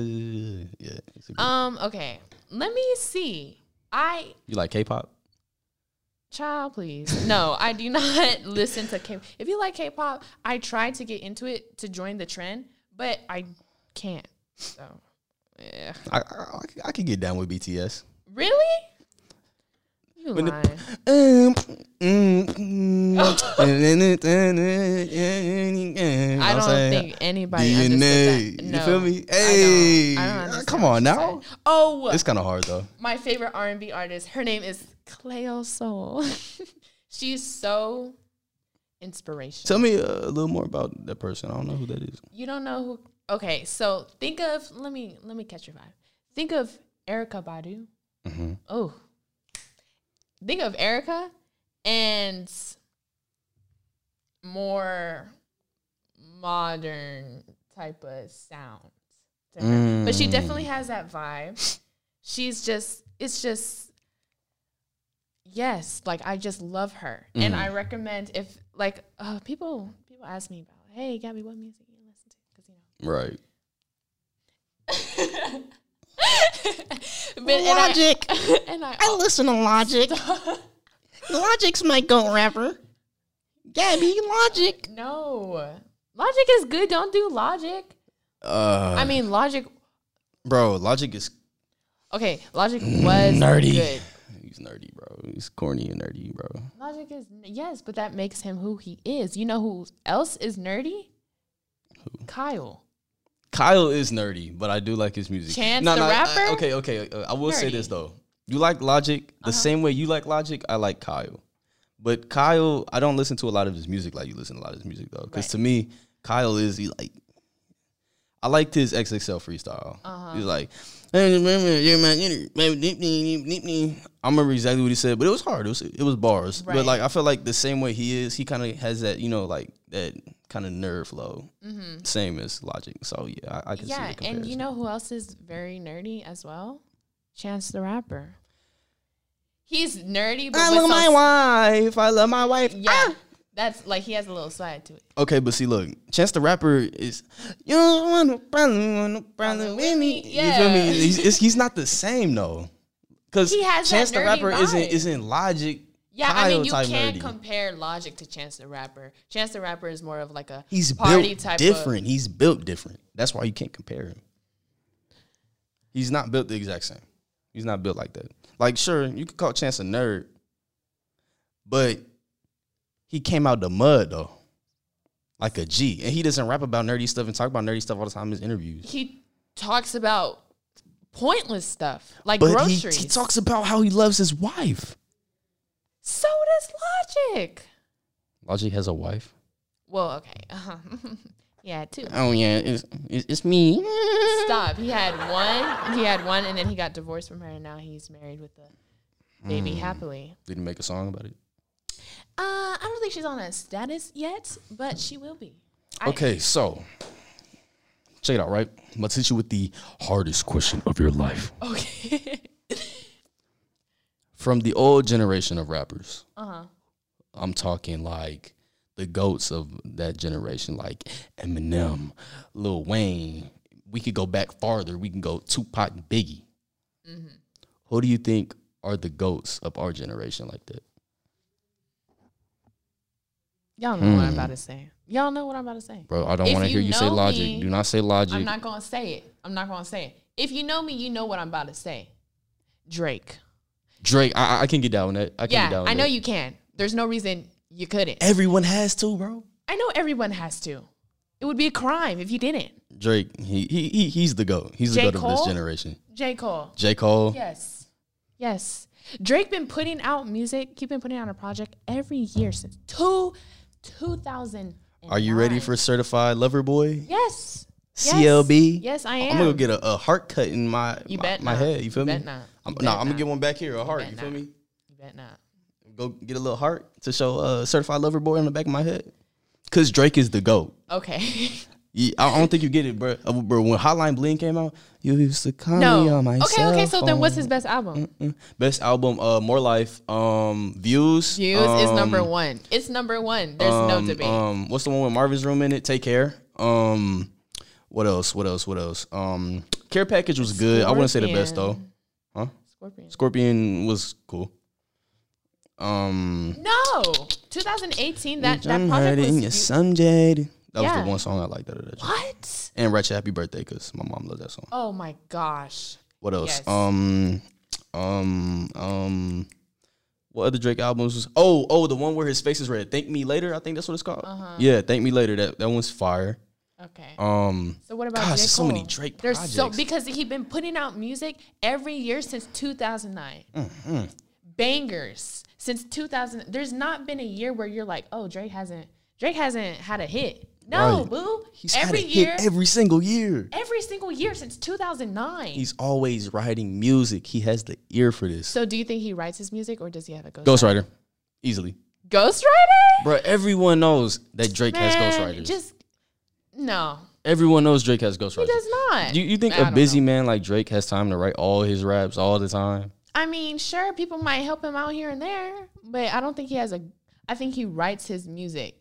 [SPEAKER 2] Yeah, it's a group.
[SPEAKER 1] Um. Okay. Let me see. I
[SPEAKER 2] you like K-pop?
[SPEAKER 1] child, please. No, I do not listen to K. If you like K-pop, I tried to get into it to join the trend, but I can't. So, yeah.
[SPEAKER 2] I I, I could get down with BTS.
[SPEAKER 1] Really? You
[SPEAKER 2] When the-
[SPEAKER 1] lying.
[SPEAKER 2] Um, mm,
[SPEAKER 1] I
[SPEAKER 2] I
[SPEAKER 1] don't think anybody
[SPEAKER 2] DNA.
[SPEAKER 1] understood that.
[SPEAKER 2] You
[SPEAKER 1] No,
[SPEAKER 2] feel me?
[SPEAKER 1] I don't-
[SPEAKER 2] Hey,
[SPEAKER 1] I don't,
[SPEAKER 2] uh,
[SPEAKER 1] understand
[SPEAKER 2] come
[SPEAKER 1] what
[SPEAKER 2] on
[SPEAKER 1] you
[SPEAKER 2] now.
[SPEAKER 1] said. Oh,
[SPEAKER 2] It's kind of hard though.
[SPEAKER 1] my favorite R and B artist. Her name is Cleo Soul. She's so inspirational.
[SPEAKER 2] Tell me uh, a little more about that person. I don't know who that is.
[SPEAKER 1] you don't know who? Okay, so think of let me let me catch your vibe. Think of Erica Badu.
[SPEAKER 2] Mm-hmm.
[SPEAKER 1] Oh, think of Erica and more modern type of sound. to her. Mm. But
[SPEAKER 2] Mm.
[SPEAKER 1] she definitely has that vibe. She's just it's just yes, like I just love her, and I recommend if like uh, people people ask me about hey Gabby, what music you listen to? Because you know.
[SPEAKER 2] Right.
[SPEAKER 1] But,
[SPEAKER 4] Logic.
[SPEAKER 1] And I, and I
[SPEAKER 4] I listen to Logic. Logic's my goat rapper. Gabby, Logic.
[SPEAKER 1] no, Logic is good. Don't do Logic.
[SPEAKER 2] Uh,
[SPEAKER 1] I mean, Logic
[SPEAKER 2] Bro, Logic is
[SPEAKER 1] Okay, Logic was
[SPEAKER 2] nerdy.
[SPEAKER 1] good.
[SPEAKER 2] He's nerdy, bro. He's corny and nerdy, bro.
[SPEAKER 1] Logic is yes, but that makes him who he is. You know who else is nerdy? Kyle.
[SPEAKER 2] Kyle is nerdy, but I do like his music.
[SPEAKER 1] Chance
[SPEAKER 2] No,
[SPEAKER 1] the
[SPEAKER 2] no, I-
[SPEAKER 1] Rapper?
[SPEAKER 2] okay, okay. uh, I will say this
[SPEAKER 1] Nerdy. Uh-huh.
[SPEAKER 2] though. You like Logic the same way you like Logic. I like Kyle, but Kyle, I don't listen to a lot of his music like you listen to a lot of his music though. Because
[SPEAKER 1] Right.
[SPEAKER 2] to me, Kyle is he like. I liked his XXL freestyle.
[SPEAKER 1] Uh-huh.
[SPEAKER 2] He's like, "Hey, remember, you're my inner- baby, deep, deep, deep, deep." I remember exactly what he said, but it was hard. It was it was bars,
[SPEAKER 1] Right.
[SPEAKER 2] but like I feel like the same way he is, he kind of has that you know like that kind of nerve flow, same as Logic. So yeah, I, I can
[SPEAKER 1] Yeah,
[SPEAKER 2] see the
[SPEAKER 1] and you
[SPEAKER 2] comparison.
[SPEAKER 1] know who else is very nerdy as well? Chance the Rapper. He's nerdy, but
[SPEAKER 2] I
[SPEAKER 1] with
[SPEAKER 2] love my
[SPEAKER 1] some-
[SPEAKER 2] wife. I love my wife. Ah!
[SPEAKER 1] yeah, that's like he has a little side to it.
[SPEAKER 2] Okay, but see, look, Chance the Rapper is you don't want no problem, want no problem with me. You feel
[SPEAKER 1] Yeah.
[SPEAKER 2] me? He's, it's- he's not the same though, because
[SPEAKER 1] He has that
[SPEAKER 2] Chance the
[SPEAKER 1] nerdy
[SPEAKER 2] Rapper isn't
[SPEAKER 1] vibe.
[SPEAKER 2] isn't Logic.
[SPEAKER 1] Yeah, I
[SPEAKER 2] Kyle
[SPEAKER 1] mean you
[SPEAKER 2] type
[SPEAKER 1] can't
[SPEAKER 2] nerdy.
[SPEAKER 1] compare Logic to Chance the Rapper. Chance the Rapper is more of like a
[SPEAKER 2] He's
[SPEAKER 1] party
[SPEAKER 2] built
[SPEAKER 1] type
[SPEAKER 2] different. He's built different. That's why you can't compare him. He's not built the exact same. He's not built like that. Like, sure, you could call Chance a nerd, but he came out the mud though, like a G. And he doesn't rap about nerdy stuff and talk about nerdy stuff all the time in his
[SPEAKER 1] Of,
[SPEAKER 2] interviews.
[SPEAKER 1] he talks about pointless stuff like
[SPEAKER 2] But he,
[SPEAKER 1] groceries.
[SPEAKER 2] he talks about how he loves his wife.
[SPEAKER 1] so does Logic.
[SPEAKER 2] Logic has a wife.
[SPEAKER 1] Well, okay. Uh-huh. yeah, two.
[SPEAKER 2] Oh yeah, it's it's, it's me.
[SPEAKER 1] Stop. He had one. He had one, and then he got divorced from her, and now he's married with a baby
[SPEAKER 2] Hmm.
[SPEAKER 1] happily.
[SPEAKER 2] Did he make a song about it?
[SPEAKER 1] Uh, I don't think she's on a status yet, but she will be. I-
[SPEAKER 2] Okay, so check it out, right? I'm about to hit you with the hardest question of your life.
[SPEAKER 1] Okay.
[SPEAKER 2] From the old generation of rappers,
[SPEAKER 1] uh huh.
[SPEAKER 2] I'm talking like the goats of that generation, like Eminem, Lil Wayne. We could go back farther. We can go Tupac and Biggie.
[SPEAKER 1] Mm-hmm.
[SPEAKER 2] Who do you think are the goats of our generation like that?
[SPEAKER 1] Y'all know
[SPEAKER 2] Hmm.
[SPEAKER 1] what I'm about to say. Y'all know what I'm about to say.
[SPEAKER 2] Bro, I don't
[SPEAKER 1] If
[SPEAKER 2] want to
[SPEAKER 1] you
[SPEAKER 2] hear you say
[SPEAKER 1] know
[SPEAKER 2] logic.
[SPEAKER 1] me,
[SPEAKER 2] do not say logic.
[SPEAKER 1] I'm not gonna say it. I'm not gonna say it. If you know me, you know what I'm about to say. Drake.
[SPEAKER 2] Drake, I, I- I can get down with that. I can get
[SPEAKER 1] Yeah,
[SPEAKER 2] down with
[SPEAKER 1] I know
[SPEAKER 2] that.
[SPEAKER 1] you can. There's no reason you couldn't.
[SPEAKER 2] Everyone has to, bro.
[SPEAKER 1] I know everyone has to. It would be a crime if you didn't.
[SPEAKER 2] Drake, he he, he he's the goat. He's
[SPEAKER 1] J.
[SPEAKER 2] the goat of this
[SPEAKER 1] Cole?
[SPEAKER 2] generation.
[SPEAKER 1] J. Cole.
[SPEAKER 2] J. Cole.
[SPEAKER 1] Yes. Yes. Drake been putting out music. He been putting out a project every year since two two thousand.
[SPEAKER 2] Are you ready for certified lover boy?
[SPEAKER 1] Yes. Yes.
[SPEAKER 2] CLB.
[SPEAKER 1] Yes, I
[SPEAKER 2] I'm gonna
[SPEAKER 1] am.
[SPEAKER 2] go get a, a heart cut in my
[SPEAKER 1] You
[SPEAKER 2] my,
[SPEAKER 1] bet
[SPEAKER 2] my
[SPEAKER 1] not.
[SPEAKER 2] head. You feel
[SPEAKER 1] You
[SPEAKER 2] me?
[SPEAKER 1] bet not. You
[SPEAKER 2] I'm, nah,
[SPEAKER 1] bet
[SPEAKER 2] I'm gonna
[SPEAKER 1] not.
[SPEAKER 2] get one back here. A heart.
[SPEAKER 1] bet
[SPEAKER 2] You feel
[SPEAKER 1] not.
[SPEAKER 2] me?
[SPEAKER 1] You bet not.
[SPEAKER 2] Go get a little heart to show uh, certified lover boy on the back of my head. Cause Drake is the goat.
[SPEAKER 1] Okay.
[SPEAKER 2] Yeah, I don't think you get it, bro. Uh, bro, when Hotline Bling came out, you used to call me
[SPEAKER 1] no.
[SPEAKER 2] on my
[SPEAKER 1] Okay. Okay. So
[SPEAKER 2] cell
[SPEAKER 1] then, what's
[SPEAKER 2] phone.
[SPEAKER 1] his best album?
[SPEAKER 2] Mm. Best album, uh, More Life. Um, Views.
[SPEAKER 1] Views is
[SPEAKER 2] um,
[SPEAKER 1] number one. It's number one. There's
[SPEAKER 2] um,
[SPEAKER 1] no debate.
[SPEAKER 2] Um, what's the one with Marvin's room in it? Take care. Um, what else? What else? What else? Um, care package was good. I wouldn't say the best though.
[SPEAKER 1] Scorpion. Scorpion.
[SPEAKER 2] Scorpion was cool. Um,
[SPEAKER 1] No. 2018. That that
[SPEAKER 2] I'm
[SPEAKER 1] project
[SPEAKER 2] hurting you
[SPEAKER 1] was. Son-
[SPEAKER 2] someday. That was
[SPEAKER 1] Yeah.
[SPEAKER 2] the one song I liked out of that. joint.
[SPEAKER 1] what?
[SPEAKER 2] And Ratchet Happy Birthday because my mom loves that song.
[SPEAKER 1] Oh my gosh.
[SPEAKER 2] What else?
[SPEAKER 1] Yes.
[SPEAKER 2] Um, um, um. What other Drake albums? Was, oh, oh, the one where his face is red. Thank Me Later. I think that's what it's called.
[SPEAKER 1] Uh-huh.
[SPEAKER 2] Yeah, Thank Me Later. That that one's fire.
[SPEAKER 1] Okay.
[SPEAKER 2] Um,
[SPEAKER 1] So what about
[SPEAKER 2] Gosh,
[SPEAKER 1] J.
[SPEAKER 2] there's so many
[SPEAKER 1] Cole?
[SPEAKER 2] Drake
[SPEAKER 1] There's so
[SPEAKER 2] projects.
[SPEAKER 1] because he's been putting out music every year since 2009.
[SPEAKER 2] Mm-hmm.
[SPEAKER 1] Bangers since 2000. There's not been a year where you're like, "Oh, Drake hasn't Drake hasn't had a hit." No,
[SPEAKER 2] Right.
[SPEAKER 1] boo.
[SPEAKER 2] He's
[SPEAKER 1] every
[SPEAKER 2] had
[SPEAKER 1] year,
[SPEAKER 2] a hit
[SPEAKER 1] every-,
[SPEAKER 2] every single year.
[SPEAKER 1] single year since 2009.
[SPEAKER 2] He's always writing music. He has the ear for this.
[SPEAKER 1] so do you think he writes his music or does he have a ghost?
[SPEAKER 2] Ghostwriter, easily,
[SPEAKER 1] Ghostwriter?
[SPEAKER 2] bro. Everyone knows that Drake has
[SPEAKER 1] Man,
[SPEAKER 2] ghostwriters.
[SPEAKER 1] Just no.
[SPEAKER 2] everyone knows Drake has
[SPEAKER 1] He
[SPEAKER 2] ghostwriters.
[SPEAKER 1] does not.
[SPEAKER 2] You, you think
[SPEAKER 1] I
[SPEAKER 2] a
[SPEAKER 1] don't
[SPEAKER 2] busy
[SPEAKER 1] know.
[SPEAKER 2] man like Drake has time to write all his raps all the time?
[SPEAKER 1] I mean, sure, people might help him out here and there, but I don't think he has a. I think he writes his music.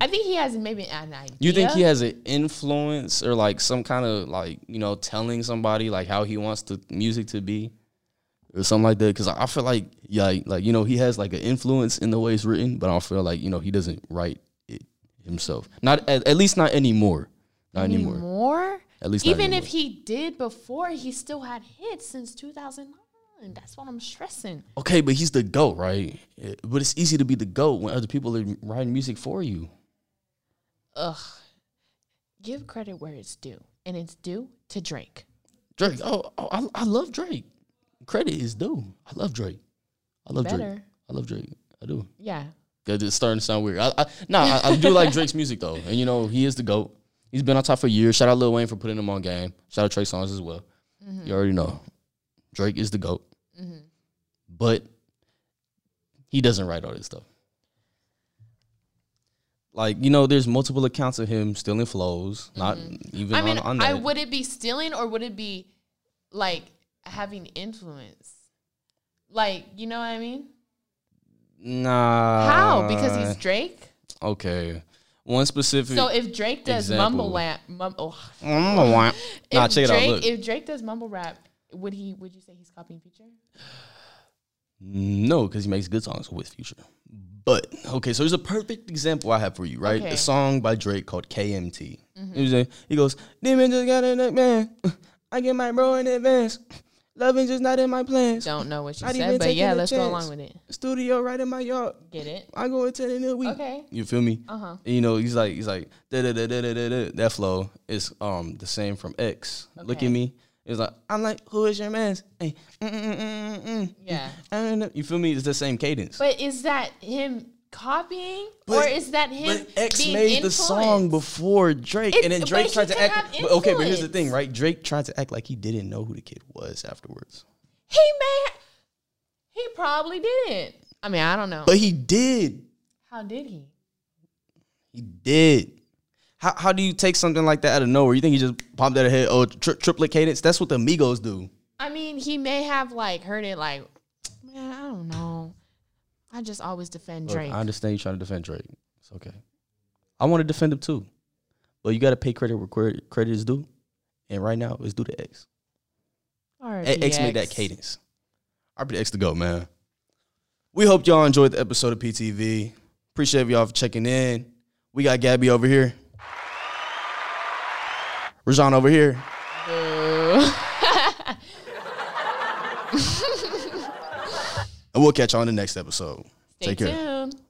[SPEAKER 1] I think he has maybe an idea.
[SPEAKER 2] You think he has an influence or like some kind of like you know telling somebody like how he wants the music to be or something like that? Because I I feel like yeah, like- like you know he has like an influence in the way it's written, but I don't feel like you know he doesn't write it himself. Not at, at least not anymore. Not anymore.
[SPEAKER 1] more?
[SPEAKER 2] At least not
[SPEAKER 1] Even
[SPEAKER 2] anymore.
[SPEAKER 1] if he did before, he still had hits since 2009. That's what I'm stressing.
[SPEAKER 2] Okay, but he's the goat, right? Eh, But it's easy to be the goat when other people are writing music for you.
[SPEAKER 1] Ugh. Give credit where it's due, and it's due to Drake.
[SPEAKER 2] Drake. Oh, oh I, I love Drake. Credit is due. I love Drake. I love Drake.
[SPEAKER 1] Better.
[SPEAKER 2] I love Drake. I do.
[SPEAKER 1] Yeah.
[SPEAKER 2] Cause it's starting to sound weird. I, I, nah, I, I do like Drake's music though, and you know he is the goat. He's been on top for years. Shout out Lil Wayne for putting him on game. Shout out Trey Songz as well.
[SPEAKER 1] Mm-hmm.
[SPEAKER 2] You already know Drake is the goat, but he doesn't write all this stuff. Like you know, there's multiple accounts of him stealing flows. Not even
[SPEAKER 1] Mm-hmm. I mean,
[SPEAKER 2] on, on
[SPEAKER 1] I
[SPEAKER 2] that.
[SPEAKER 1] would it be stealing or would it be like having influence? Like, you know what I mean?
[SPEAKER 2] Nah.
[SPEAKER 1] How? Because he's Drake?
[SPEAKER 2] okay. One specific.
[SPEAKER 1] So if Drake does mumble
[SPEAKER 2] example.
[SPEAKER 1] rap, mum, oh,
[SPEAKER 2] I'm gonna want- mm. nah,
[SPEAKER 1] if
[SPEAKER 2] check it
[SPEAKER 1] Drake,
[SPEAKER 2] out. Look.
[SPEAKER 1] If Drake does mumble rap, would he? Would you say he's copying Future?
[SPEAKER 2] No, because he makes good songs with Future. But okay, so here's a perfect example I have for you, right?
[SPEAKER 1] Okay. Mm-hmm.
[SPEAKER 2] A song by Drake called KMT. You know what I'm saying? He goes, "Demon just got in advance. I get my bro in advance. Loving just not in my plans.
[SPEAKER 1] Don't know what you
[SPEAKER 2] Not
[SPEAKER 1] said,
[SPEAKER 2] even
[SPEAKER 1] but
[SPEAKER 2] taking
[SPEAKER 1] yeah,
[SPEAKER 2] a
[SPEAKER 1] let's go
[SPEAKER 2] chance.
[SPEAKER 1] along with it.
[SPEAKER 2] Studio right in my yard.
[SPEAKER 1] Get it?
[SPEAKER 2] I go attend in a week.
[SPEAKER 1] Okay.
[SPEAKER 2] You feel me?
[SPEAKER 1] Uh huh.
[SPEAKER 2] You know, he's like, he's like, da da da da da da. da. That flow is um the same from X. Look
[SPEAKER 1] Okay.
[SPEAKER 2] at me. It's like, I'm like, who is your man's? Hey, mm, mm, mm, mm, mm.
[SPEAKER 1] Yeah.
[SPEAKER 2] I don't know. You feel me? It's the same cadence.
[SPEAKER 1] But is that him copying, or
[SPEAKER 2] But-
[SPEAKER 1] is that him?
[SPEAKER 2] But X
[SPEAKER 1] being
[SPEAKER 2] made the
[SPEAKER 1] influenced?
[SPEAKER 2] song before Drake,
[SPEAKER 1] It-
[SPEAKER 2] and then
[SPEAKER 1] but
[SPEAKER 2] Drake
[SPEAKER 1] he
[SPEAKER 2] tried to
[SPEAKER 1] could
[SPEAKER 2] act.
[SPEAKER 1] have
[SPEAKER 2] but okay, but here's the
[SPEAKER 1] influence.
[SPEAKER 2] thing, right? Drake tried to act like he didn't know who the kid was afterwards,
[SPEAKER 1] He may. ha- He probably didn't. I mean, I don't know.
[SPEAKER 2] but he did.
[SPEAKER 1] How did he?
[SPEAKER 2] He did. How, how do you take something like that out of nowhere? You think he just popped out of head? Oh, tri- triplet cadence. That's what the Amigos do.
[SPEAKER 1] I mean, he may have like heard it like, man, I don't know. I just always defend
[SPEAKER 2] Look,
[SPEAKER 1] Drake.
[SPEAKER 2] I understand you trying to defend Drake. It's okay. I want to defend him too, but you got to pay credit where credit, credit is due, and right now it's due to X. A- X made that
[SPEAKER 1] cadence.
[SPEAKER 2] cadence. RP X to go, man. We hope y'all enjoyed the episode of PTV. Appreciate y'all for checking in. We got Gabby over here. Rajan over here. And we'll catch you on the next episode.
[SPEAKER 1] Stay tuned.